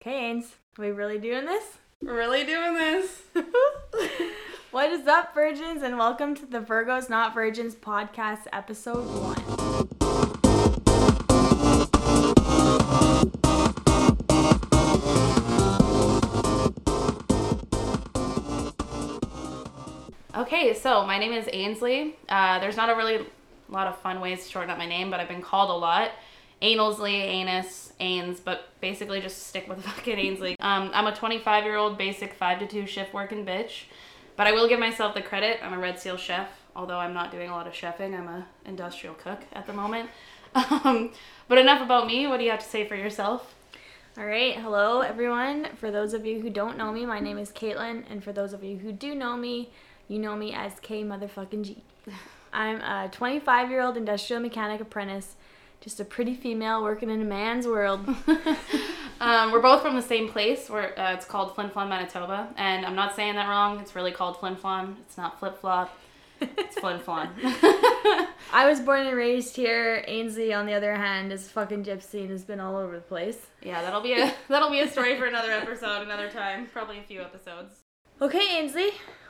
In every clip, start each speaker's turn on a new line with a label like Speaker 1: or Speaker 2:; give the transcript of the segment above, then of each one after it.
Speaker 1: Canes, we really doing this?
Speaker 2: Really doing this?
Speaker 1: What is up, virgins, and welcome to the Virgos Not Virgins podcast, episode one.
Speaker 2: okay, so my name is Ainsley. Uh, there's not a really lot of fun ways to shorten up my name, but I've been called a lot. Ainsley, Anus, Ains, but basically just stick with fucking Ainsley. Um, I'm a 25 year old, basic 5 to 2 shift working bitch, but I will give myself the credit. I'm a Red Seal chef, although I'm not doing a lot of chefing. I'm a industrial cook at the moment. Um, but enough about me. What do you have to say for yourself?
Speaker 1: All right, hello, everyone. For those of you who don't know me, my name is Caitlin, and for those of you who do know me, you know me as K motherfucking G. I'm a 25 year old industrial mechanic apprentice, just a pretty female working in a man's world.
Speaker 2: Um, we're both from the same place. We're, uh, it's called Flin Flon, Manitoba. And I'm not saying that wrong. It's really called Flin Flon. It's not flip flop. It's Flin Flon.
Speaker 1: I was born and raised here. Ainsley, on the other hand, is fucking gypsy and has been all over the place.
Speaker 2: yeah, that'll be a that'll be a story for another episode, another time, probably a few episodes.
Speaker 1: Okay, Ainsley,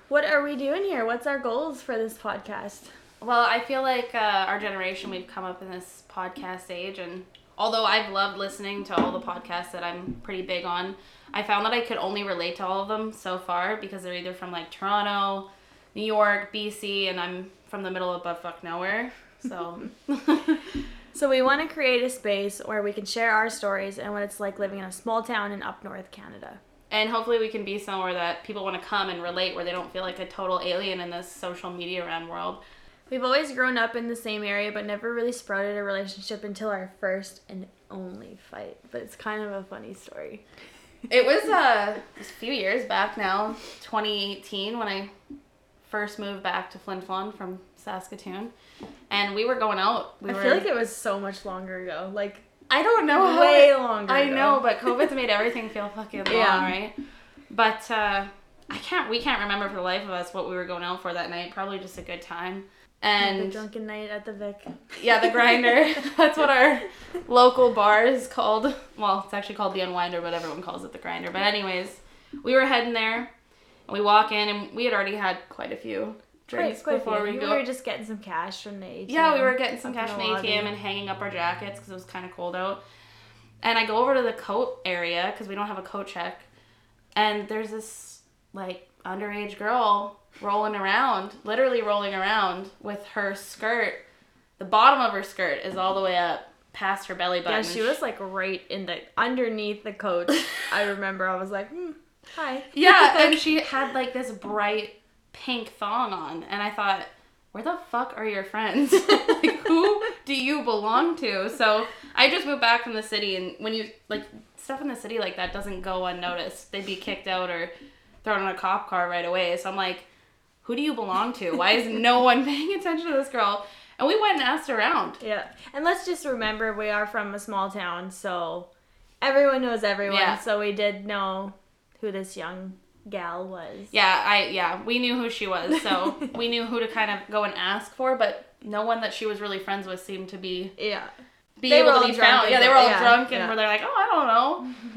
Speaker 1: what are we doing here? What's our goals for this podcast?
Speaker 2: Well, I feel like uh, our generation, we've come up in this podcast age, and although I've loved listening to all the podcasts that I'm pretty big on, I found that I could only relate to all of them so far because they're either from like Toronto, New York, BC, and I'm from the middle of buttfuck nowhere. So,
Speaker 1: So, we want to create a space where we can share our stories and what it's like living in a small town in up north Canada.
Speaker 2: and hopefully, we can be somewhere that people want to come and relate where they don't feel like a total alien in this social media ram world.
Speaker 1: We've always grown up in the same area, but never really sprouted a relationship until our first and only fight. But it's kind of a funny story.
Speaker 2: It was, uh, it was a few years back now, 2018, when I first moved back to Flin Flon from Saskatoon, and we were going out. We
Speaker 1: I
Speaker 2: were,
Speaker 1: feel like it was so much longer ago. Like,
Speaker 2: I don't know how
Speaker 1: way
Speaker 2: it-
Speaker 1: longer.
Speaker 2: I
Speaker 1: ago.
Speaker 2: know, but COVID's made everything feel fucking long,
Speaker 1: Yeah.
Speaker 2: right? But uh, I can't. We can't remember for the life of us what we were going out for that night. Probably just a good time.
Speaker 1: The
Speaker 2: And
Speaker 1: drunken night at the Vic.
Speaker 2: yeah, the grinder. That's what our local bar is called. Well, it's actually called the unwinder, but everyone calls it the grinder. But anyways, we were heading there, and we walk in, and we had already had quite a few drinks
Speaker 1: Quite- quite
Speaker 2: before
Speaker 1: few. we
Speaker 2: we go.
Speaker 1: were just getting some cash from the ATM.
Speaker 2: yeah, we were getting some
Speaker 1: up in
Speaker 2: cash from
Speaker 1: the
Speaker 2: the
Speaker 1: lobby.
Speaker 2: ATM and hanging up our jackets because it was kind of cold out. And I go over to the coat area because we don't have a coat check, and there's this like underage girl rolling around, literally rolling around with her skirt. The bottom of her skirt is all the way up past her belly button.
Speaker 1: Yeah, she was like right in the underneath the coat. I remember I was like, hmm, hi.
Speaker 2: Yeah, and she had like this bright pink thong on, and I thought, where the fuck are your friends? like, who do you belong to? So I just moved back from the city, and when you like stuff in the city like that doesn't go unnoticed. They'd be kicked out or thrown in a cop car right away. So I'm like, who do you belong to? Why is no one paying attention to this girl? And we went and asked around.
Speaker 1: Yeah. And let's just remember we are from a small town, so everyone knows everyone.
Speaker 2: Yeah.
Speaker 1: So we did know who this young gal was.
Speaker 2: Yeah, I yeah, we knew who she was, so we knew who to kind of go and ask for, but no one that she was really friends with seemed to be
Speaker 1: Yeah.
Speaker 2: be
Speaker 1: They
Speaker 2: able
Speaker 1: were
Speaker 2: to
Speaker 1: all
Speaker 2: be
Speaker 1: drunk
Speaker 2: found.
Speaker 1: as
Speaker 2: Yeah, they
Speaker 1: well.
Speaker 2: were all
Speaker 1: Yeah,
Speaker 2: drunk and
Speaker 1: yeah.
Speaker 2: were they like, oh, I don't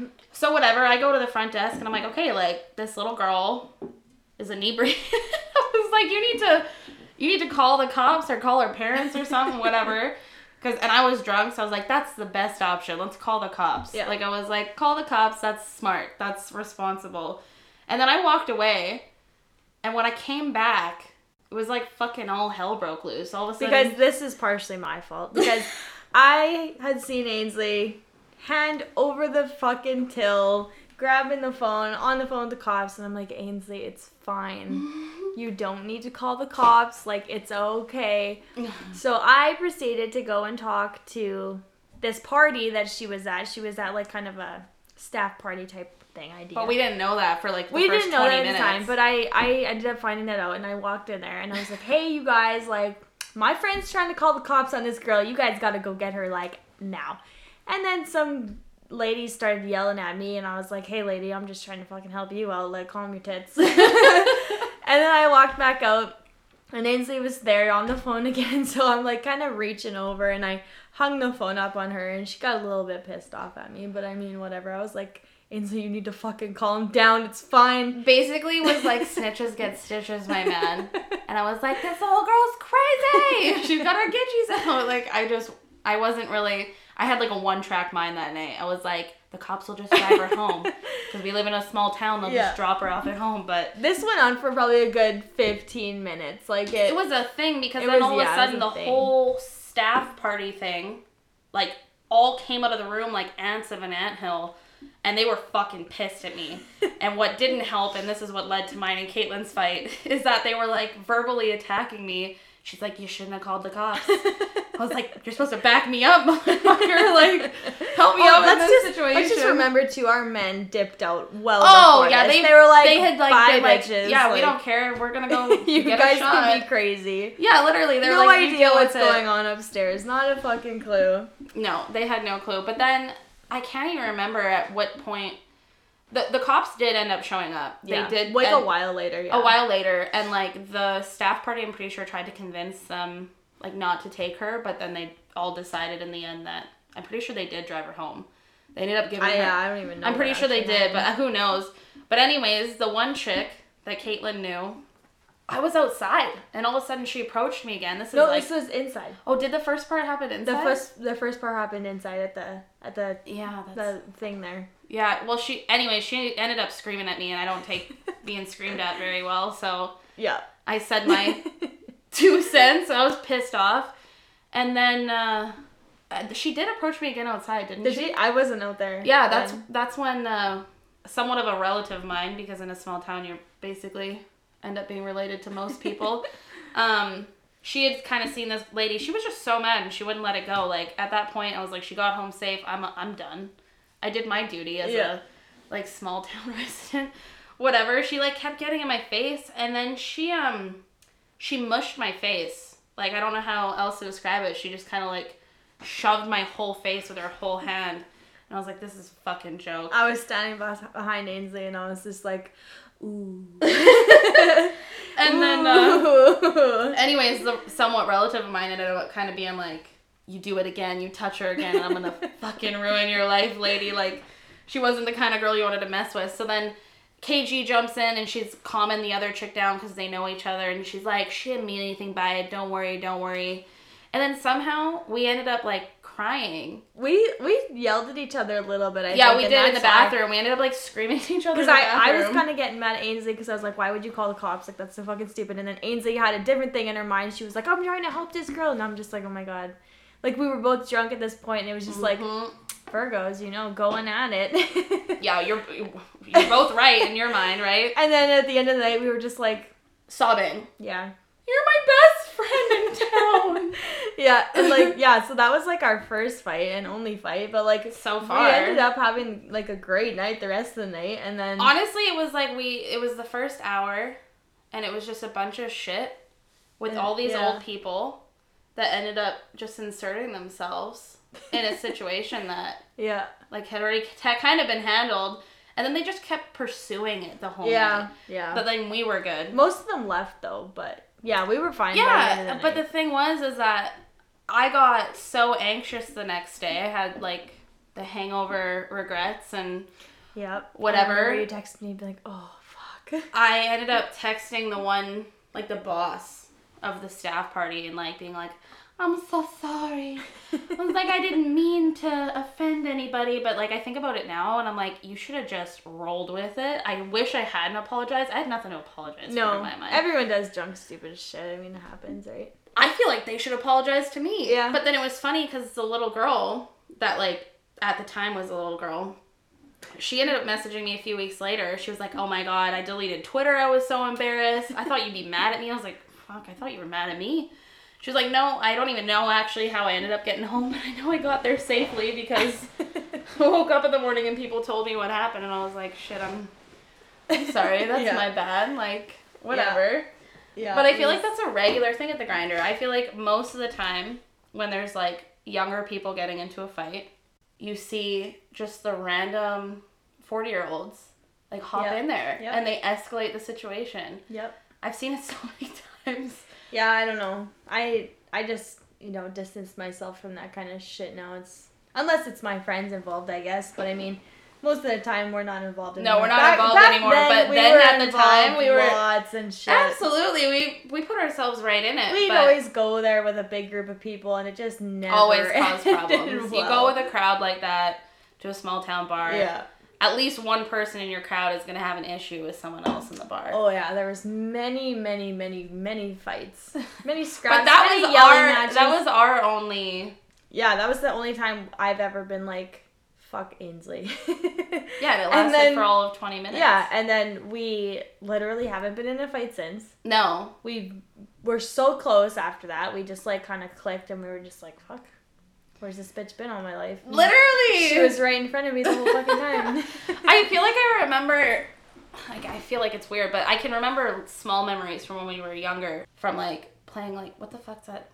Speaker 2: know. so whatever, I go to the front desk and I'm like, okay, like this little girl is inebriated. I was like, you need to, you need to call the cops or call her parents or something, whatever. Cause and I was drunk, so I was like, that's the best option. Let's call the cops.
Speaker 1: Yeah.
Speaker 2: Like I was like, call the cops. That's smart. That's responsible. And then I walked away, and when I came back. It was like fucking all hell broke loose. All of a sudden,
Speaker 1: Because this is partially my fault. Because I had seen Ainsley hand over the fucking till, grabbing the phone, on the phone with the cops, and I'm like, Ainsley, it's fine. You don't need to call the cops. Like, it's okay. So I proceeded to go and talk to this party that she was at. She was at, like, kind of a staff party type thing idea.
Speaker 2: But we didn't know that for like the
Speaker 1: we
Speaker 2: first
Speaker 1: didn't know
Speaker 2: 20
Speaker 1: that at the
Speaker 2: minutes.
Speaker 1: time, but I I ended up finding that out, and I walked in there, and I was like, "Hey, you guys, like, my friend's trying to call the cops on this girl. You guys gotta go get her like now." And then some lady started yelling at me, and I was like, "Hey, lady, I'm just trying to fucking help you out. Like, calm your tits." and then I walked back out. And Ainsley was there on the phone again, so I'm like kind of reaching over and I hung the phone up on her and she got a little bit pissed off at me, but I mean, whatever. I was like, Ainsley, you need to fucking calm down. It's fine.
Speaker 2: Basically, was like snitches get stitches, my man. And I was like, this little girl's crazy. She's got her gitchies out. Like I just, I wasn't really. I had like a one track mind that night. I was like, the cops will just drive her home because we live in a small town. They'll
Speaker 1: Yeah.
Speaker 2: just drop her off at home. But
Speaker 1: This went on for probably a good 15 minutes. Like it,
Speaker 2: it was a thing because
Speaker 1: It
Speaker 2: then
Speaker 1: was-
Speaker 2: all of
Speaker 1: yeah,
Speaker 2: a
Speaker 1: it was
Speaker 2: sudden the
Speaker 1: a thing.
Speaker 2: whole staff party thing, like all came out of the room like ants of an anthill, and they were fucking pissed at me. and what didn't help, and this is what led to mine and Caitlin's fight, is that they were like verbally attacking me. She's like, you shouldn't have called the cops. I was like, you're supposed to back me up, motherfucker. Like, help me
Speaker 1: Oh,
Speaker 2: out in
Speaker 1: let's
Speaker 2: this
Speaker 1: just
Speaker 2: situation.
Speaker 1: let's just remember too. Our men dipped out well.
Speaker 2: Oh
Speaker 1: before
Speaker 2: yeah,
Speaker 1: this.
Speaker 2: they,
Speaker 1: were like
Speaker 2: they had like
Speaker 1: "Bye,
Speaker 2: been like,
Speaker 1: bitches,"
Speaker 2: yeah, we
Speaker 1: like,
Speaker 2: don't care. We're gonna go.
Speaker 1: You
Speaker 2: get
Speaker 1: guys
Speaker 2: a shot.
Speaker 1: can be crazy.
Speaker 2: Yeah, literally, they're
Speaker 1: no
Speaker 2: like, you
Speaker 1: idea
Speaker 2: deal
Speaker 1: what's
Speaker 2: with it.
Speaker 1: going on upstairs. Not a fucking clue.
Speaker 2: No, they had no clue. But then I can't even remember at what point the the cops did end up showing up.
Speaker 1: Yeah.
Speaker 2: They did
Speaker 1: like
Speaker 2: and-
Speaker 1: a while later. Yeah.
Speaker 2: a while later, and like the staff party, I'm pretty sure tried to convince them like not to take her, but then they all decided in the end that I'm pretty sure they did drive her home. They ended up giving
Speaker 1: I,
Speaker 2: her.
Speaker 1: yeah, I don't even know.
Speaker 2: I'm
Speaker 1: what
Speaker 2: pretty sure they
Speaker 1: actually
Speaker 2: did,
Speaker 1: happened.
Speaker 2: but uh, who knows? But anyways, the one chick that Caitlin knew, I was outside, and all of a sudden she approached me again. This is
Speaker 1: no,
Speaker 2: like,
Speaker 1: this was inside.
Speaker 2: oh, did the first part happen inside?
Speaker 1: The first, the first part happened inside at the at the
Speaker 2: yeah, that's,
Speaker 1: the thing there.
Speaker 2: yeah. Well, she anyway, she ended up screaming at me, and I don't take being screamed at very well, so
Speaker 1: Yeah.
Speaker 2: I said my two cents. I was pissed off, and then uh, uh, she did approach me again outside, didn't
Speaker 1: Did she? I wasn't out there.
Speaker 2: Yeah, that's
Speaker 1: then.
Speaker 2: that's when uh, somewhat of a relative of mine, because in a small town you basically end up being related to most people. um, she had kind of seen this lady. She was just so mad, and she wouldn't let it go. Like at that point, I was like, she got home safe. I'm I'm done. I did my duty as
Speaker 1: Yeah.
Speaker 2: a like small town resident. Whatever. She like kept getting in my face, and then she um she mushed my face. Like I don't know how else to describe it. She just kind of like shoved my whole face with her whole hand, and I was like, "This is a fucking joke."
Speaker 1: I was standing bes- behind Ainsley, and I was just like, ooh.
Speaker 2: And then, uh,
Speaker 1: Ooh.
Speaker 2: anyways, the somewhat relative of mine ended up kind of being like, "You do it again. You touch her again, and I'm gonna fucking ruin your life, lady." Like, she wasn't the kind of girl you wanted to mess with. So then. KG jumps in and she's calming the other chick down because they know each other and she's like, she didn't mean anything by it. Don't worry, don't worry. And then somehow we ended up like crying
Speaker 1: we we yelled at each other a little bit. I
Speaker 2: yeah,
Speaker 1: think,
Speaker 2: we
Speaker 1: and
Speaker 2: did in the
Speaker 1: that's
Speaker 2: bathroom. We ended up like screaming at each other.
Speaker 1: Because
Speaker 2: in the
Speaker 1: I, I was
Speaker 2: bathroom.
Speaker 1: kind of getting mad at Ainsley because I was like, why would you call the cops? Like, that's so fucking stupid. And then Ainsley had a different thing in her mind. She was like, I'm trying to help this girl. And I'm just like, oh my God. Like, we were both drunk at this point, and it was just like,
Speaker 2: Mhm.
Speaker 1: Virgos, you know, going at it.
Speaker 2: yeah, you're you're both right in your mind, right?
Speaker 1: And then at the end of the night, we were just like,
Speaker 2: Sobbing.
Speaker 1: yeah.
Speaker 2: You're my best friend in town.
Speaker 1: Yeah, and like yeah, so that was like our first fight and only fight, but like
Speaker 2: So
Speaker 1: we
Speaker 2: far.
Speaker 1: ended up having like a great night the rest of the night, and then
Speaker 2: Honestly, it was like we. It was the first hour, and it was just a bunch of shit with
Speaker 1: Yeah.
Speaker 2: all these
Speaker 1: Yeah.
Speaker 2: old people that ended up just inserting themselves in a situation that
Speaker 1: yeah,
Speaker 2: like had already had kind of been handled, and then they just kept pursuing it the whole
Speaker 1: yeah,
Speaker 2: night.
Speaker 1: yeah.
Speaker 2: But then we were good.
Speaker 1: Most of them left though, but yeah, we were fine. by the end
Speaker 2: Yeah,
Speaker 1: of
Speaker 2: uh,
Speaker 1: the
Speaker 2: but the
Speaker 1: night.
Speaker 2: thing was is that I got so anxious the next day. I had like the hangover regrets and
Speaker 1: yep, I
Speaker 2: whatever.
Speaker 1: remember you texted me, be like, oh fuck,
Speaker 2: I ended up texting the one like the boss of the staff party and like being like I'm so sorry. I was like I didn't mean to offend anybody, but like I think about it now and I'm like you should have just rolled with it. I wish I hadn't apologized. I had nothing to apologize for in
Speaker 1: no,
Speaker 2: my mind.
Speaker 1: everyone does drunk stupid shit. I mean, it happens, right?
Speaker 2: I feel like they should apologize to me.
Speaker 1: Yeah.
Speaker 2: But then it was funny because the little girl that like at the time was a little girl, she ended up messaging me a few weeks later. She was like, "Oh my god, I deleted Twitter. I was so embarrassed. I thought you'd be mad at me." I was like, "Fuck, I thought you were mad at me." She was like, "No, I don't even know actually how I ended up getting home, but I know I got there safely because I woke up in the morning and people told me what happened, and I was like, shit, I'm, I'm sorry. That's
Speaker 1: Yeah.
Speaker 2: my bad. Like, whatever."
Speaker 1: yeah,
Speaker 2: But I feel like that's a regular thing at the grinder. I feel like most of the time when there's like younger people getting into a fight, you see just the random 40 year olds like hop
Speaker 1: Yeah.
Speaker 2: in there
Speaker 1: Yeah.
Speaker 2: and they escalate the situation.
Speaker 1: yep.
Speaker 2: I've seen it so many times.
Speaker 1: Yeah, I don't know. I I just you know distance myself from that kind of shit now. It's unless it's my friends involved, I guess. But I mean, most of the time we're not involved anymore.
Speaker 2: No, we're not involved anymore, but then at the time, we were-
Speaker 1: lots and shit.
Speaker 2: Absolutely, we we put ourselves right in it.
Speaker 1: We'd
Speaker 2: Uh, but
Speaker 1: always go there with a big group of people, and it just never
Speaker 2: always cause
Speaker 1: ended
Speaker 2: problems. You
Speaker 1: well.
Speaker 2: go with a crowd like that to a small town bar.
Speaker 1: yeah.
Speaker 2: At least one person in your crowd is gonna have an issue with someone else in the bar.
Speaker 1: Oh yeah, there was many, many, many, many fights, many scraps.
Speaker 2: but that
Speaker 1: many
Speaker 2: was
Speaker 1: yelling
Speaker 2: our
Speaker 1: matches.
Speaker 2: that was our only
Speaker 1: yeah, that was the only time I've ever been like, fuck Ainsley.
Speaker 2: yeah. and It
Speaker 1: And
Speaker 2: lasted
Speaker 1: then-
Speaker 2: for all of twenty minutes.
Speaker 1: yeah, and then we literally haven't been in a fight since.
Speaker 2: No.
Speaker 1: we were so close after that. We just like kind of clicked, and we were just like, "Fuck, where's this bitch been all my life?" And
Speaker 2: Literally.
Speaker 1: she was right in front of me the whole fucking time.
Speaker 2: I feel like I remember. Like I feel like it's weird, but I can remember small memories from when we were younger, from like playing like what the fuck's that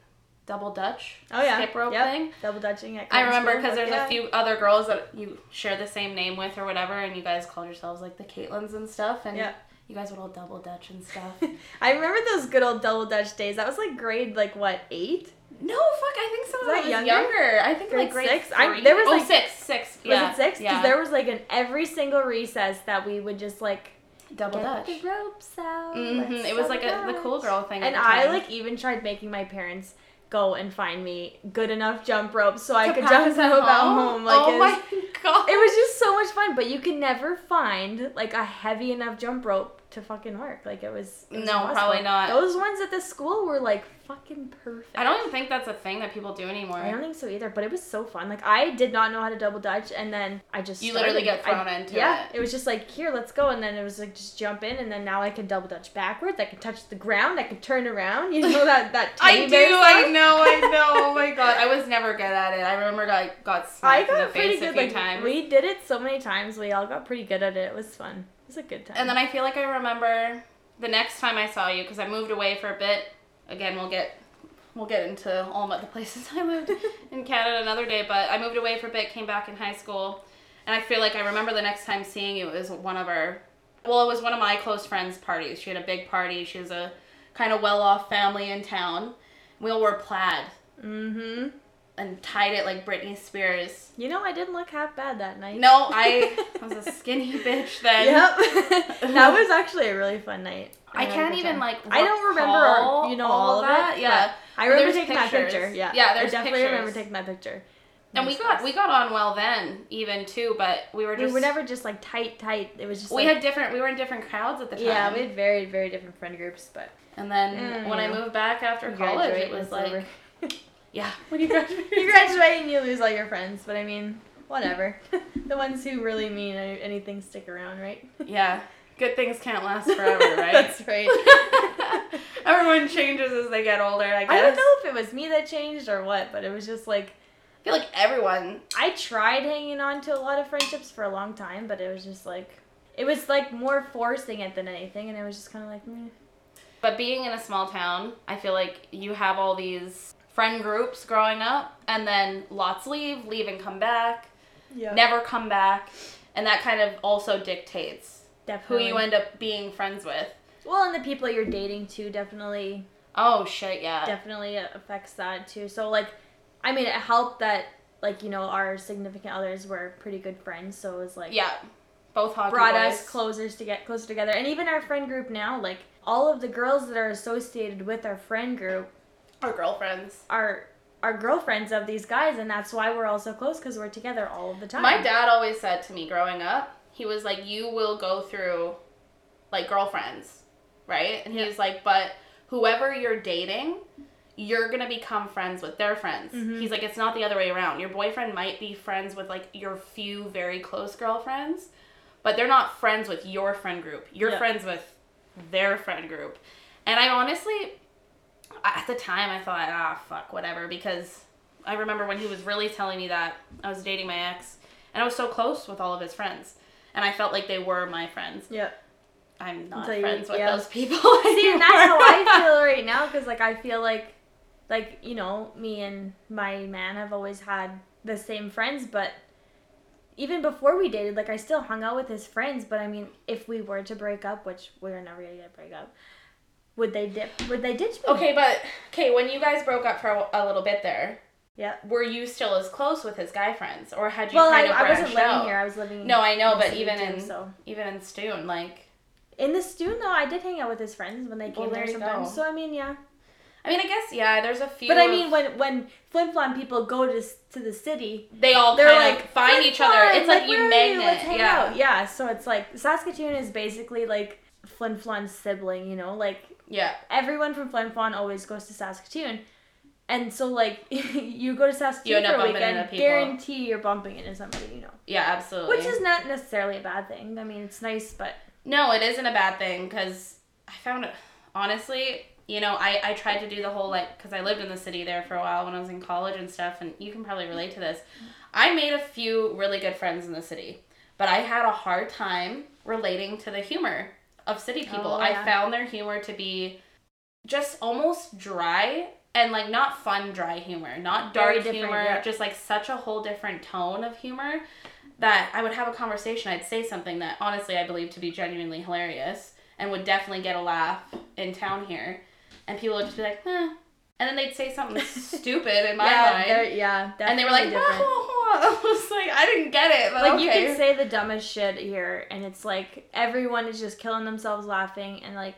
Speaker 2: double dutch
Speaker 1: oh yeah,
Speaker 2: skip rope
Speaker 1: Yep.
Speaker 2: thing.
Speaker 1: double dutching. At
Speaker 2: I
Speaker 1: Cranston,
Speaker 2: remember because
Speaker 1: fuck
Speaker 2: there's
Speaker 1: yeah.
Speaker 2: a few other girls that you share the same name with or whatever, and you guys called yourselves like the Caitlins and stuff, and
Speaker 1: Yeah.
Speaker 2: you guys would all double dutch and stuff.
Speaker 1: I remember those good old double dutch days. That was like grade like what eight?
Speaker 2: no, fuck, I think some of
Speaker 1: Was
Speaker 2: them
Speaker 1: that
Speaker 2: was
Speaker 1: younger?
Speaker 2: younger? I think
Speaker 1: Grade
Speaker 2: like grade
Speaker 1: six?
Speaker 2: Three.
Speaker 1: I- there was,
Speaker 2: Oh,
Speaker 1: like-
Speaker 2: six, six. Yeah,
Speaker 1: Was it six? Because
Speaker 2: Yeah,
Speaker 1: there was like an every single recess that we would just like
Speaker 2: double
Speaker 1: get
Speaker 2: dutch.
Speaker 1: the ropes out.
Speaker 2: hmm
Speaker 1: let's
Speaker 2: It was like a,
Speaker 1: double
Speaker 2: the cool
Speaker 1: dutch.
Speaker 2: girl thing. at
Speaker 1: And
Speaker 2: the
Speaker 1: I
Speaker 2: time.
Speaker 1: like even tried making my parents go and find me good enough jump ropes so I
Speaker 2: To
Speaker 1: could jump
Speaker 2: practice at
Speaker 1: rope at home. Like
Speaker 2: oh
Speaker 1: it,
Speaker 2: my
Speaker 1: was,
Speaker 2: god,
Speaker 1: it was just so much fun, but you can never find like a heavy enough jump rope to fucking work. Like it was, it was
Speaker 2: No,
Speaker 1: impossible.
Speaker 2: probably not.
Speaker 1: Those ones at the school were like fucking perfect.
Speaker 2: I don't even think that's a thing that people do anymore.
Speaker 1: I don't think so either, but it was so fun. Like I did not know how to double dutch, and then I just
Speaker 2: You literally
Speaker 1: started.
Speaker 2: get
Speaker 1: I-
Speaker 2: thrown into
Speaker 1: yeah,
Speaker 2: it.
Speaker 1: it was just like here, let's go, and then it was like just jump in, and then now I can double dutch backwards. I can touch the ground. I can turn around. You know that that
Speaker 2: I
Speaker 1: teddy
Speaker 2: do.
Speaker 1: bear
Speaker 2: I
Speaker 1: stuff?
Speaker 2: know. I know. Oh my god, I was never good at it. I remember I got
Speaker 1: I
Speaker 2: smacked in
Speaker 1: got
Speaker 2: the
Speaker 1: pretty
Speaker 2: face a
Speaker 1: good.
Speaker 2: few
Speaker 1: Like
Speaker 2: times.
Speaker 1: we did it so many times, we all got pretty good at it. It was fun. It was a good time.
Speaker 2: And then I feel like I remember the next time I saw you because I moved away for a bit. Again, we'll get we'll get into all my, the places I lived in Canada another day. But I moved away for a bit, came back in high school, and I feel like I remember the next time seeing you it was one of our well, it was one of my close friends' parties. She had a big party. She was a kind of well-off family in town. We all wore plaid
Speaker 1: mm-hmm.
Speaker 2: and tied it like Britney Spears.
Speaker 1: You know, I didn't look half bad that night.
Speaker 2: No, I was a skinny bitch then.
Speaker 1: Yep. that was actually a really fun night.
Speaker 2: I
Speaker 1: had a
Speaker 2: can't
Speaker 1: good
Speaker 2: even
Speaker 1: time.
Speaker 2: like.
Speaker 1: I don't remember,
Speaker 2: recall
Speaker 1: you know, all of that,
Speaker 2: Yeah,
Speaker 1: I remember
Speaker 2: There's
Speaker 1: taking
Speaker 2: pictures.
Speaker 1: that picture. Yeah.
Speaker 2: Yeah,
Speaker 1: I
Speaker 2: there's
Speaker 1: definitely remember
Speaker 2: pictures.
Speaker 1: taking that picture.
Speaker 2: and we
Speaker 1: Nice
Speaker 2: got
Speaker 1: place.
Speaker 2: we got on well then, even too. But we were just
Speaker 1: we were never just like tight, tight. It was just
Speaker 2: we
Speaker 1: like,
Speaker 2: had different. We were in different crowds at the time.
Speaker 1: yeah, we had very, very different friend groups. But
Speaker 2: and then
Speaker 1: Mm.
Speaker 2: when I moved back after
Speaker 1: you
Speaker 2: college,
Speaker 1: graduate
Speaker 2: it
Speaker 1: and
Speaker 2: was
Speaker 1: it's
Speaker 2: like
Speaker 1: over.
Speaker 2: yeah. When you graduate,
Speaker 1: you graduate and you lose all your friends. But I mean, whatever. the ones who really mean any- anything stick around, right?
Speaker 2: yeah. Good things can't last forever, right?
Speaker 1: That's right.
Speaker 2: Everyone changes as they get older. I guess.
Speaker 1: I don't know if it was me that changed or what, but it was just like
Speaker 2: I feel like everyone.
Speaker 1: I tried hanging on to a lot of friendships for a long time, but it was just like it was like more forcing it than anything, and it was just kind of like. meh.
Speaker 2: But being in a small town, I feel like you have all these friend groups growing up, and then lots leave, leave and come back.
Speaker 1: Yeah.
Speaker 2: never come back, and that kind of also dictates who
Speaker 1: Definitely.
Speaker 2: you end up being friends with.
Speaker 1: Well, and the people you're dating too definitely
Speaker 2: Oh shit, yeah.
Speaker 1: definitely affects that too. So like, I mean, it helped that like you know our significant others were pretty good friends, so it was like
Speaker 2: yeah, both hockey
Speaker 1: brought
Speaker 2: boys.
Speaker 1: us closer to get closer together. And even our friend group now, like all of the girls that are associated with our friend group
Speaker 2: Our girlfriends.
Speaker 1: are are girlfriends of these guys, and that's why we're all so close because we're together all of the time.
Speaker 2: My dad always said to me growing up, he was like, "You will go through, like girlfriends, right?" And he
Speaker 1: Yeah.
Speaker 2: was like, "But whoever you're dating." You're gonna become friends with their friends.
Speaker 1: Mhm.
Speaker 2: He's like, it's not the other way around. Your boyfriend might be friends with like your few very close girlfriends, but they're not friends with your friend group. You're
Speaker 1: Yeah.
Speaker 2: friends with their friend group. And I honestly, at the time, I thought, ah, fuck, whatever, because I remember when he was really telling me that I was dating my ex, and I was so close with all of his friends, and I felt like they were my friends.
Speaker 1: Yeah.
Speaker 2: I'm not
Speaker 1: Until you-
Speaker 2: friends with
Speaker 1: yeah.
Speaker 2: those people.
Speaker 1: See,
Speaker 2: anymore.
Speaker 1: and that's how I feel right now because, like, I feel like, like you know, me and my man have always had the same friends, but even before we dated, like, I still hung out with his friends. But I mean, if we were to break up, which we are never gonna get break up, would they dip? Would they ditch me?
Speaker 2: Okay, but okay, when you guys broke up for a, a little bit there,
Speaker 1: Yeah.
Speaker 2: Were you still as close with his guy friends, or had you
Speaker 1: Well, I,
Speaker 2: kind of
Speaker 1: I wasn't
Speaker 2: branched
Speaker 1: living
Speaker 2: out?
Speaker 1: here. I was living.
Speaker 2: No, I know,
Speaker 1: in the
Speaker 2: but
Speaker 1: city
Speaker 2: even
Speaker 1: too,
Speaker 2: in
Speaker 1: so
Speaker 2: even in Stoon, like
Speaker 1: in the stew, though, I did hang out with his friends when they came
Speaker 2: Well,
Speaker 1: there
Speaker 2: there you
Speaker 1: sometimes.
Speaker 2: go.
Speaker 1: So I mean, yeah.
Speaker 2: I mean, I guess yeah. There's a few,
Speaker 1: But I
Speaker 2: of-
Speaker 1: mean, when when Flint Flon people go to s- to the city,
Speaker 2: they all
Speaker 1: they're
Speaker 2: kind
Speaker 1: like
Speaker 2: of find
Speaker 1: "Flint
Speaker 2: each other.
Speaker 1: Flon,
Speaker 2: It's like,
Speaker 1: where
Speaker 2: you
Speaker 1: are
Speaker 2: magnet,
Speaker 1: Let's hang
Speaker 2: yeah.
Speaker 1: out. Yeah. So it's like Saskatoon is basically like Flin Flon's sibling. You know, like
Speaker 2: yeah.
Speaker 1: everyone from Flin Flon always goes to Saskatoon. And so, like, you go to
Speaker 2: You
Speaker 1: Saskatoon
Speaker 2: end
Speaker 1: for
Speaker 2: up
Speaker 1: a
Speaker 2: bumping into
Speaker 1: weekend,
Speaker 2: people.
Speaker 1: guarantee you're bumping into somebody you know.
Speaker 2: Yeah, absolutely.
Speaker 1: Which is not necessarily a bad thing. I mean, it's nice, but
Speaker 2: no, it isn't a bad thing because I found it honestly. You know, I, I tried to do the whole like because I lived in the city there for a while when I was in college and stuff, and you can probably relate to this. I made a few really good friends in the city, but I had a hard time relating to the humor of city people.
Speaker 1: Oh, yeah.
Speaker 2: I found their humor to be just almost dry and like not fun dry humor, not
Speaker 1: Very
Speaker 2: dark
Speaker 1: different,
Speaker 2: humor,
Speaker 1: yeah.
Speaker 2: just like such a whole different tone of humor that I would have a conversation, I'd say something that honestly I believe to be genuinely hilarious and would definitely get a laugh in town here. And people would just be like, eh. And then they'd say something stupid in my
Speaker 1: yeah,
Speaker 2: mind
Speaker 1: they're- yeah,
Speaker 2: and they were like,
Speaker 1: definitely different.
Speaker 2: I was like, I didn't get it, but
Speaker 1: like
Speaker 2: okay.
Speaker 1: you can say the dumbest shit here, and it's like everyone is just killing themselves laughing, and like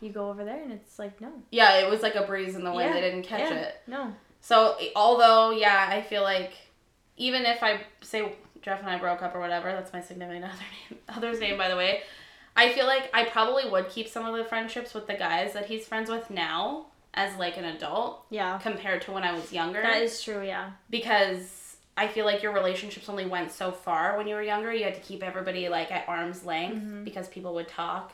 Speaker 1: you go over there, and it's like no,
Speaker 2: yeah, it was like a breeze in the wind.
Speaker 1: Yeah,
Speaker 2: they didn't catch
Speaker 1: yeah,
Speaker 2: it.
Speaker 1: no,
Speaker 2: So e, although, yeah, I feel like even if I say Jeff and I broke up or whatever, that's my significant other name, other's name by the way. I feel like I probably would keep some of the friendships with the guys that he's friends with now as like an adult
Speaker 1: yeah,
Speaker 2: compared to when I was younger.
Speaker 1: that is true, yeah,
Speaker 2: because I feel like your relationships only went so far when you were younger. You had to keep everybody like at arm's length
Speaker 1: Mm-hmm.
Speaker 2: because people would talk,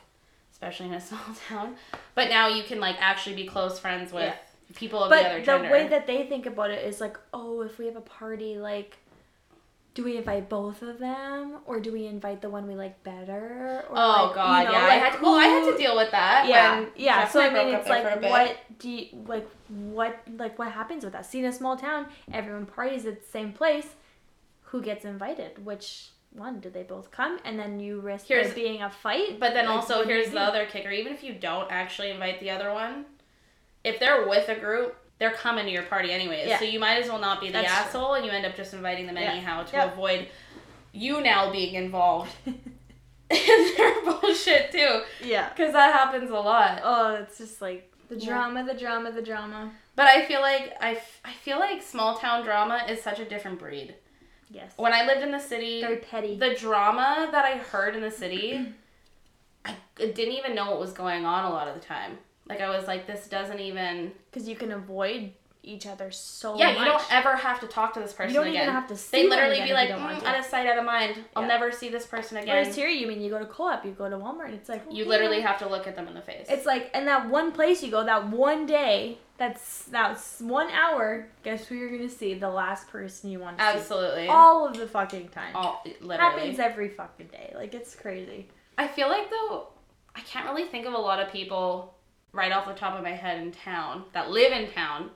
Speaker 2: especially in a small town. But now you can like actually be close friends with people of the other
Speaker 1: but the,
Speaker 2: gender.
Speaker 1: way that they think about it is like, oh, if we have a party, like. Do we invite both of them, or do we invite the one we like better? Or
Speaker 2: oh
Speaker 1: like,
Speaker 2: god,
Speaker 1: you know,
Speaker 2: yeah. I
Speaker 1: like,
Speaker 2: had to, well, I had
Speaker 1: who-
Speaker 2: to deal with that.
Speaker 1: yeah
Speaker 2: when
Speaker 1: yeah
Speaker 2: Jeff
Speaker 1: so i
Speaker 2: and
Speaker 1: mean
Speaker 2: broke up
Speaker 1: it's
Speaker 2: there for a
Speaker 1: like
Speaker 2: bit.
Speaker 1: what do you like what like what happens with us see in a small town everyone parties at the same place who gets invited which one do they both come and then you risk
Speaker 2: Here's-
Speaker 1: there being a fight
Speaker 2: But then
Speaker 1: Like,
Speaker 2: also
Speaker 1: what do you
Speaker 2: here's the
Speaker 1: do?
Speaker 2: other kicker: even if you don't actually invite the other one, if they're with a group, they're coming to your party anyways.
Speaker 1: Yeah.
Speaker 2: So you might as well not be the
Speaker 1: That's true.
Speaker 2: asshole, and you end up just inviting them
Speaker 1: Yeah.
Speaker 2: anyhow to
Speaker 1: Yep.
Speaker 2: avoid you now being involved in their bullshit too,
Speaker 1: yeah
Speaker 2: because that happens a lot.
Speaker 1: oh it's just like the
Speaker 2: Yeah.
Speaker 1: drama the drama the drama
Speaker 2: But I feel like I, f- I feel like small town drama is such a different breed.
Speaker 1: yes
Speaker 2: When I lived in the city,
Speaker 1: very petty
Speaker 2: the drama that I heard in the city, I didn't even know what was going on a lot of the time. Like I was like, this doesn't even.
Speaker 1: because you can avoid each other so
Speaker 2: Yeah,
Speaker 1: much
Speaker 2: you don't ever have to talk to this person
Speaker 1: don't
Speaker 2: again.
Speaker 1: even have to see
Speaker 2: they
Speaker 1: them
Speaker 2: literally
Speaker 1: again
Speaker 2: be
Speaker 1: if
Speaker 2: like,
Speaker 1: you don't want
Speaker 2: mm,
Speaker 1: to.
Speaker 2: out of sight, out of mind. I'll
Speaker 1: Yeah.
Speaker 2: never see this person again.
Speaker 1: whereas here you mean you go to co-op you go to walmart and it's like
Speaker 2: you
Speaker 1: okay,
Speaker 2: literally have to look at them in the face.
Speaker 1: It's like, and that one place you go, that one day, that's that's one hour. Guess who you're gonna see? The last person you want to
Speaker 2: absolutely
Speaker 1: see. All of the fucking time.
Speaker 2: All- literally.
Speaker 1: Happens every fucking day. Like it's crazy.
Speaker 2: I feel like though, I can't really think of a lot of people right off the top of my head in town that live in town.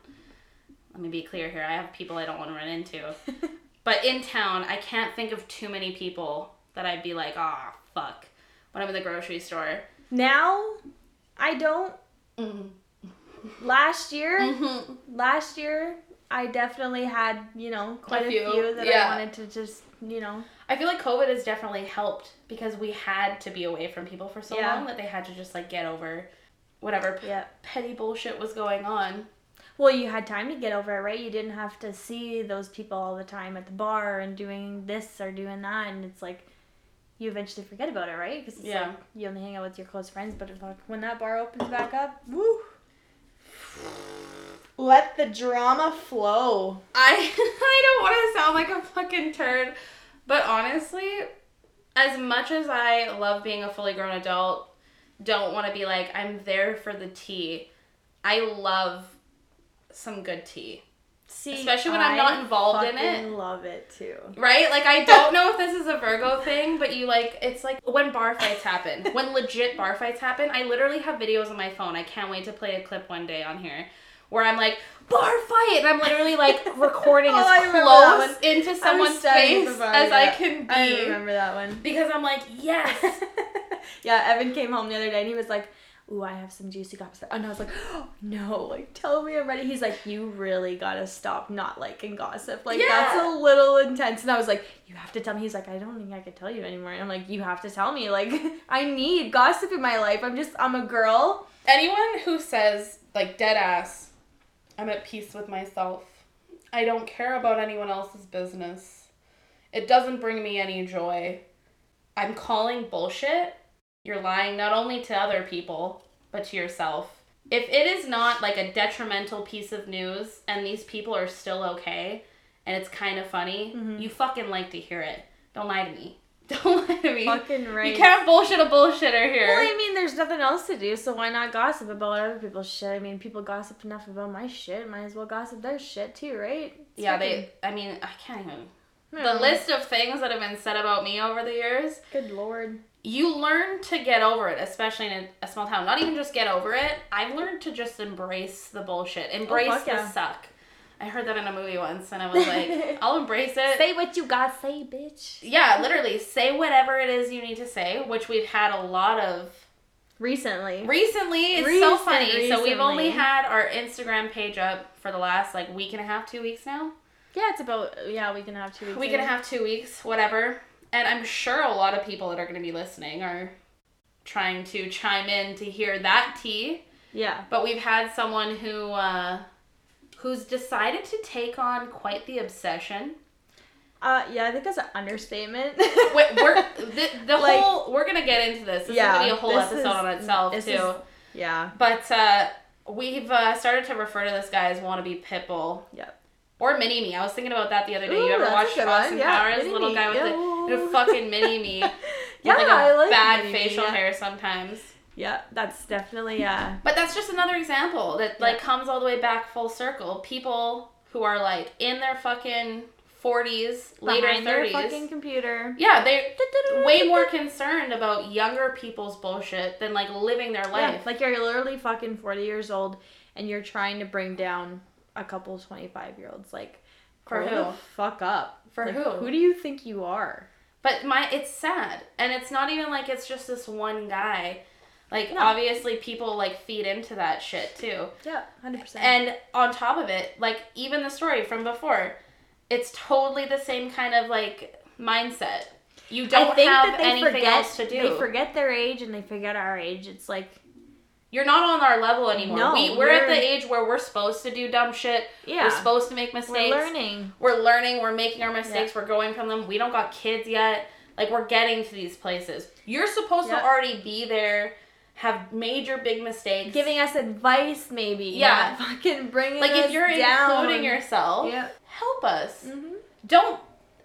Speaker 2: Let me be clear here. I have people I don't want to run into. But in town, I can't think of too many people that I'd be like, ah, fuck, when I'm in the grocery store.
Speaker 1: now, I don't.
Speaker 2: Mhm.
Speaker 1: Last year,
Speaker 2: Mm. Mm-hmm.
Speaker 1: last year, I definitely had you know quite a,
Speaker 2: few,
Speaker 1: few. that
Speaker 2: yeah.
Speaker 1: I wanted to just you know.
Speaker 2: I feel like COVID has definitely helped because we had to be away from people for so
Speaker 1: Yeah.
Speaker 2: long that they had to just like get over whatever p-
Speaker 1: Yeah.
Speaker 2: petty bullshit was going on.
Speaker 1: Well, you had time to get over it, right? You didn't have to see those people all the time at the bar and doing this or doing that, and it's like you eventually forget about it, right? Because
Speaker 2: Yeah.
Speaker 1: like you only hang out with your close friends, but it's like when that bar opens back up, woo! Let the drama flow.
Speaker 2: I I don't want to sound like a fucking turd, but honestly, as much as I love being a fully grown adult, don't want to be like I'm there for the tea. I love some good tea.
Speaker 1: See,
Speaker 2: Especially when I'm not involved in
Speaker 1: fucking
Speaker 2: it.
Speaker 1: Love it too.
Speaker 2: Right? Like I don't know if this is a Virgo thing, but you like it's like when bar fights happen. When legit bar fights happen, I literally have videos on my phone. I can't wait to play a clip one day on here where I'm like bar fight and I'm literally like recording
Speaker 1: Oh, I remember that
Speaker 2: as close into
Speaker 1: I was
Speaker 2: someone's
Speaker 1: studying
Speaker 2: face
Speaker 1: for
Speaker 2: as
Speaker 1: bar,
Speaker 2: I
Speaker 1: yeah.
Speaker 2: can be.
Speaker 1: I remember that one.
Speaker 2: Because I'm like, yes.
Speaker 1: yeah, Evan came home the other day and he was like, ooh, I have some juicy gossip. And I was like, oh, no, like, tell me I'm ready. He's like, you really gotta stop not liking gossip. Like, that's a little intense. And I was like, you have to tell me. He's like, I don't think I could tell you anymore. And I'm like, you have to tell me. Like, I need gossip in my life. I'm just, I'm a girl.
Speaker 2: Anyone who says, like, dead ass, I'm at peace with myself. I don't care about anyone else's business. It doesn't bring me any joy. I'm calling bullshit. You're lying not only to other people, but to yourself. If it is not like a detrimental piece of news and these people are still okay and it's kind of funny,
Speaker 1: Mm-hmm.
Speaker 2: you fucking like to hear it. Don't lie to me. Don't lie to me.
Speaker 1: Fucking right.
Speaker 2: You can't bullshit a bullshitter here.
Speaker 1: Well, I mean, there's nothing else to do, so why not gossip about other people's shit? I mean, people gossip enough about my shit. Might as well gossip their shit too, right? It's
Speaker 2: Yeah,
Speaker 1: fucking-
Speaker 2: they. I mean, I can't even.
Speaker 1: I
Speaker 2: The
Speaker 1: don't know.
Speaker 2: list of things that have been said about me over the years,
Speaker 1: Good lord.
Speaker 2: you learn to get over it, especially in a small town. Not even just get over it. I've learned to just embrace the bullshit, embrace
Speaker 1: Oh, fuck
Speaker 2: the
Speaker 1: yeah.
Speaker 2: suck. I heard that in a movie once, and I was like, I'll embrace it.
Speaker 1: Say what you got, say, bitch.
Speaker 2: yeah, literally, say whatever it is you need to say, which we've had a lot of
Speaker 1: Recently.
Speaker 2: Recently, it's so
Speaker 1: Recent-
Speaker 2: funny. So we've only
Speaker 1: recently.
Speaker 2: had our Instagram page up for the last like week and a half, two weeks now.
Speaker 1: yeah, it's about, yeah, we can have two weeks.
Speaker 2: We can
Speaker 1: in.
Speaker 2: have two weeks, whatever. And I'm sure a lot of people that are going to be listening are trying to chime in to hear that tea.
Speaker 1: Yeah.
Speaker 2: But we've had someone who uh, who's decided to take on quite the obsession.
Speaker 1: Uh, yeah, I think that's an understatement.
Speaker 2: Wait, we're the, the
Speaker 1: Like-
Speaker 2: whole we're gonna get into this. This is
Speaker 1: Yeah,
Speaker 2: gonna be a whole
Speaker 1: this
Speaker 2: episode
Speaker 1: is-
Speaker 2: on itself too.
Speaker 1: this is- yeah.
Speaker 2: But uh, we've uh, started to refer to this guy as wannabe Pitbull.
Speaker 1: Yep.
Speaker 2: Or Mini Me. I was thinking about that the other day.
Speaker 1: Ooh,
Speaker 2: you ever
Speaker 1: that's a
Speaker 2: watched
Speaker 1: good one.
Speaker 2: Austin
Speaker 1: Yeah,
Speaker 2: Powers,
Speaker 1: Mini
Speaker 2: little
Speaker 1: Me.
Speaker 2: guy with the,
Speaker 1: Yo.
Speaker 2: the fucking Mini Me? with
Speaker 1: Yeah,
Speaker 2: like a
Speaker 1: I like
Speaker 2: bad
Speaker 1: Mini Me,
Speaker 2: facial
Speaker 1: yeah.
Speaker 2: hair sometimes.
Speaker 1: Yeah, that's definitely, uh,
Speaker 2: But that's just another example that like
Speaker 1: Yeah.
Speaker 2: comes all the way back full circle. People who are like in their fucking forties, later
Speaker 1: behind their fucking
Speaker 2: thirties.
Speaker 1: computer.
Speaker 2: Yeah, they're way more concerned about younger people's bullshit than like living their
Speaker 1: Yeah,
Speaker 2: life.
Speaker 1: like you're literally fucking 40 years old and you're trying to bring down a couple 25 year olds. Like,
Speaker 2: For
Speaker 1: grow
Speaker 2: who?
Speaker 1: The fuck up.
Speaker 2: For
Speaker 1: Like,
Speaker 2: who?
Speaker 1: Who do you think you are?
Speaker 2: But my it's sad. And it's not even like it's just this one guy. Like
Speaker 1: No.
Speaker 2: obviously people like feed into that shit too.
Speaker 1: Yeah, 100%.
Speaker 2: And on top of it, like even the story from before, it's totally the same kind of like mindset. You don't
Speaker 1: I think
Speaker 2: have
Speaker 1: that they
Speaker 2: anything
Speaker 1: forget,
Speaker 2: else to do.
Speaker 1: They forget their age and they forget our age. It's like,
Speaker 2: You're not on our level anymore.
Speaker 1: No,
Speaker 2: we we're at the
Speaker 1: we're-
Speaker 2: age where we're supposed to do dumb shit.
Speaker 1: yeah,
Speaker 2: We're supposed to make mistakes.
Speaker 1: we're learning.
Speaker 2: we're learning, we're making our mistakes, we're going from them. We don't got kids yet. Like we're getting to these places. You're supposed
Speaker 1: Yeah.
Speaker 2: to already be there, have made your big mistakes.
Speaker 1: Giving us advice, maybe.
Speaker 2: Yeah.
Speaker 1: not fucking bringing
Speaker 2: like
Speaker 1: us
Speaker 2: if you're
Speaker 1: down.
Speaker 2: including yourself,
Speaker 1: Yeah.
Speaker 2: help us.
Speaker 1: Mhm.
Speaker 2: Don't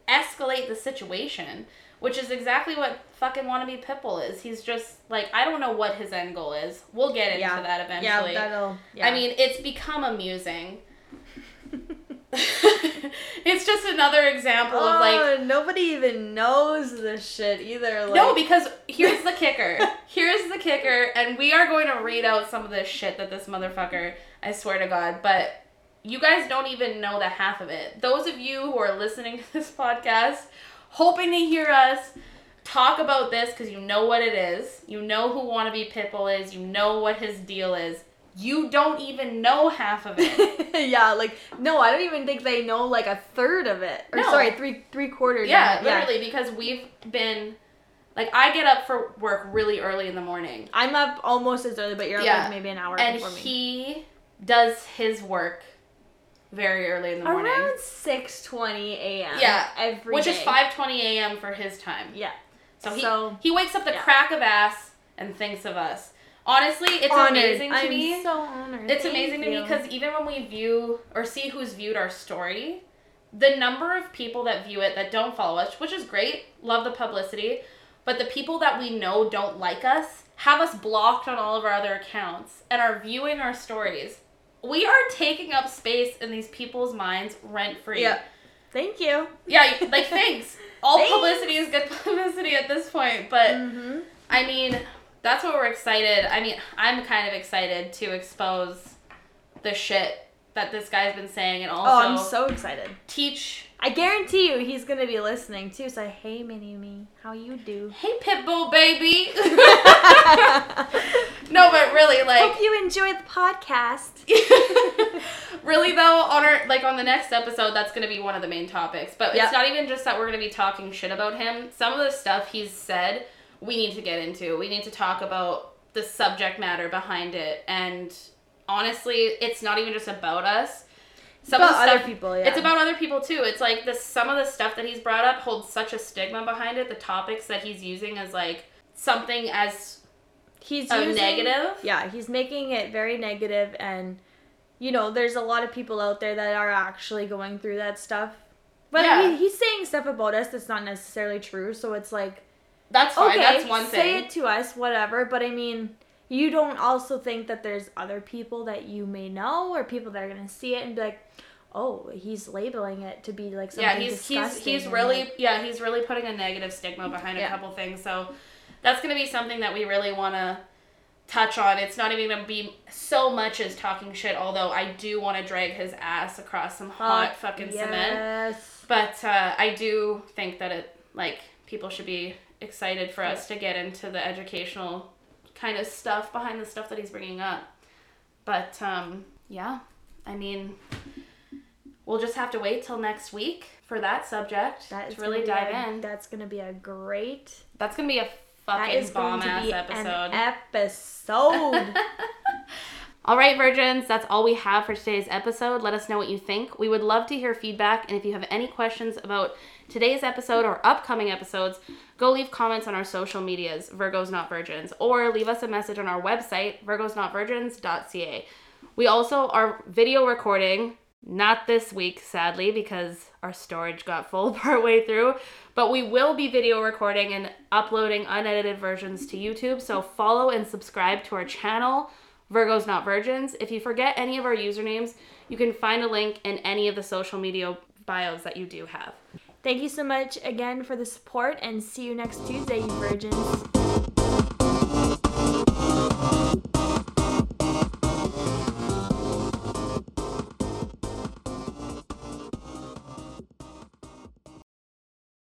Speaker 2: escalate the situation, which is exactly what fucking wannabe Pitbull is. He's just like I don't know what his end goal is. We'll get into
Speaker 1: Yeah.
Speaker 2: that eventually.
Speaker 1: Yeah, that'll. Yeah.
Speaker 2: I mean, it's become amusing. it's just another example of like
Speaker 1: Oh, nobody even knows this shit either. Like,
Speaker 2: no, because here's the kicker. here's the kicker, and we are going to read out some of this shit that this motherfucker, I swear to God, but you guys don't even know the half of it. Those of you who are listening to this podcast, hoping to hear us talk about this because you know what it is, you know who Wannabe Pitbull is, you know what his deal is, you don't even know half of it.
Speaker 1: yeah, like no, I don't even think they know like a third of it. Or
Speaker 2: No.
Speaker 1: sorry, three three quarters.
Speaker 2: yeah,
Speaker 1: of it.
Speaker 2: literally, because we've been. Like I get up for work really early in the morning.
Speaker 1: I'm up almost as early, but you're up
Speaker 2: Yeah.
Speaker 1: like maybe an hour
Speaker 2: and
Speaker 1: before me.
Speaker 2: he does his work very early in the morning,
Speaker 1: Around six twenty a.m.
Speaker 2: Yeah,
Speaker 1: every
Speaker 2: which is
Speaker 1: day.
Speaker 2: five twenty a.m. for his time.
Speaker 1: Yeah,
Speaker 2: So he
Speaker 1: So-
Speaker 2: he wakes up the
Speaker 1: yeah.
Speaker 2: crack of ass and thinks of us. Honestly, it's
Speaker 1: honored.
Speaker 2: amazing to
Speaker 1: I'm
Speaker 2: me.
Speaker 1: so honored.
Speaker 2: it's
Speaker 1: Thank
Speaker 2: amazing to me
Speaker 1: you.
Speaker 2: because even when we view or see who's viewed our story, the number of people that view it that don't follow us, which is great, love the publicity, but the people that we know don't like us have us blocked on all of our other accounts and are viewing our stories. We are taking up space in these people's minds rent free.
Speaker 1: Yeah. Thank you.
Speaker 2: Yeah, like thanks. All
Speaker 1: Thanks.
Speaker 2: publicity is good publicity at this point, but
Speaker 1: Mm-hmm.
Speaker 2: I mean, that's what we're excited. I mean, I'm kind of excited to expose the shit that this guy's been saying and
Speaker 1: Oh,
Speaker 2: also
Speaker 1: I'm so excited.
Speaker 2: teach.
Speaker 1: I guarantee you, he's gonna be listening too. So hey, mini me, how you do?
Speaker 2: Hey, Pitbull baby. no, but really, like,
Speaker 1: Hope you enjoy the podcast.
Speaker 2: really though, on our like on the next episode, that's gonna be one of the main topics. But
Speaker 1: Yep.
Speaker 2: it's not even just that we're gonna be talking shit about him. Some of the stuff he's said, we need to get into. We need to talk about the subject matter behind it, and honestly, it's not even just about us. Some
Speaker 1: about other people, yeah.
Speaker 2: It's about other people too. It's like the some of the stuff that he's brought up holds such a stigma behind it. The topics that he's using as like something as
Speaker 1: He's
Speaker 2: a
Speaker 1: using,
Speaker 2: negative?
Speaker 1: Yeah, he's making it very negative, and you know, there's a lot of people out there that are actually going through that stuff. But
Speaker 2: Yeah.
Speaker 1: he, he's saying stuff about us that's not necessarily true, so it's like
Speaker 2: that's fine.
Speaker 1: okay,
Speaker 2: that's one thing.
Speaker 1: say it to us, whatever. But I mean, you don't also think that there's other people that you may know or people that are gonna see it and be like, oh, he's labeling it to be like something
Speaker 2: yeah he's he's
Speaker 1: disgusting,"
Speaker 2: he's
Speaker 1: and,
Speaker 2: really
Speaker 1: like,
Speaker 2: yeah he's really putting a negative stigma behind a
Speaker 1: Yeah.
Speaker 2: couple things so that's going to be something that we really want to touch on it's not even going to be so much as talking shit although i do want to drag his ass across some hot
Speaker 1: fuck
Speaker 2: fucking
Speaker 1: yes.
Speaker 2: cement but uh, i do think that it like people should be excited for us to get into the educational kind of stuff behind the stuff that he's bringing up but um, yeah, I mean, we'll just have to wait till next week for that subject
Speaker 1: That
Speaker 2: to
Speaker 1: is
Speaker 2: really
Speaker 1: gonna be
Speaker 2: dive
Speaker 1: a-
Speaker 2: in.
Speaker 1: That's gonna be a great
Speaker 2: That's gonna be a
Speaker 1: That
Speaker 2: fucking
Speaker 1: is going
Speaker 2: bomb
Speaker 1: to
Speaker 2: ass
Speaker 1: be
Speaker 2: episode.
Speaker 1: an episode.
Speaker 2: all right, virgins, that's all we have for today's episode. Let us know what you think. We would love to hear feedback, and if you have any questions about today's episode or upcoming episodes, go leave comments on our social medias, Virgos Not Virgins, or leave us a message on our website, virgosnotvirgins.ca. We also are video recording, not this week, sadly, because our storage got full partway through, but we will be video recording and uploading unedited versions to YouTube. So follow and subscribe to our channel, Virgos Not Virgins. If you forget any of our usernames, you can find a link in any of the social media bios that you do have.
Speaker 1: Thank you so much again for the support and see you next Tuesday, you virgins.